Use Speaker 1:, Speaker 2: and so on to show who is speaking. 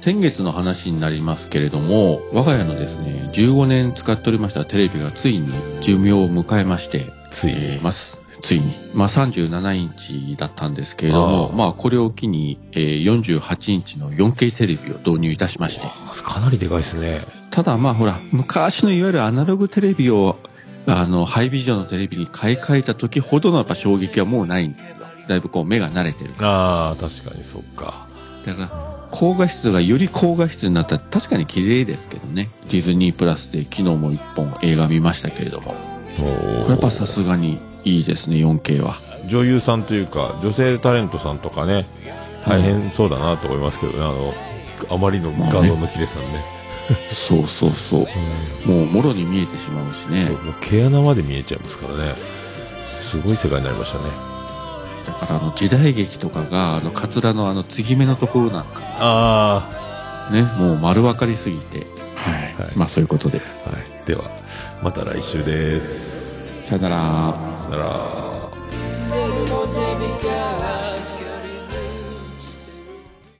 Speaker 1: 先月の話になりますけれども、我が家のですね、15年使っておりましたテレビがついに寿命を迎えまして、
Speaker 2: つい
Speaker 1: え
Speaker 2: に
Speaker 1: ー。まあすついに。まあ、37インチだったんですけれども、
Speaker 2: あー
Speaker 1: まあ、これを機に、えー48インチの 4K テレビを導入いたしまして、
Speaker 2: かなりでかいですね。
Speaker 1: ただまあほら、昔のいわゆるアナログテレビを、あの、ハイビジョンのテレビに買い替えた時ほどのやっぱ衝撃はもうないんですよ。だいぶこう目が慣れてるか
Speaker 2: ああ、確かにそっか。
Speaker 1: ら。だから、高画質がより高画質になったら確かに綺麗ですけどね。ディズニープラスで昨日も一本映画見ましたけれども。これやっぱさすがにいいですね、4K は。
Speaker 3: 女優さんというか女性タレントさんとかね大変そうだなと思いますけどね、あのあまりの画像の綺麗さね
Speaker 1: そうそうそう。もうもろに見えてしまうしね。
Speaker 3: そうもう毛穴まで見えちゃいますからねすごい世界になりましたね
Speaker 1: だからあの時代劇とかが、あのカツラのあの継ぎ目のところなんか
Speaker 3: あ
Speaker 1: ね、もう丸分かりすぎて。はい。
Speaker 3: はい
Speaker 1: まあそういうことで。
Speaker 3: あ、はい、ではまた来週です
Speaker 1: さよなら。
Speaker 3: さよなら
Speaker 4: Little old tabby guy.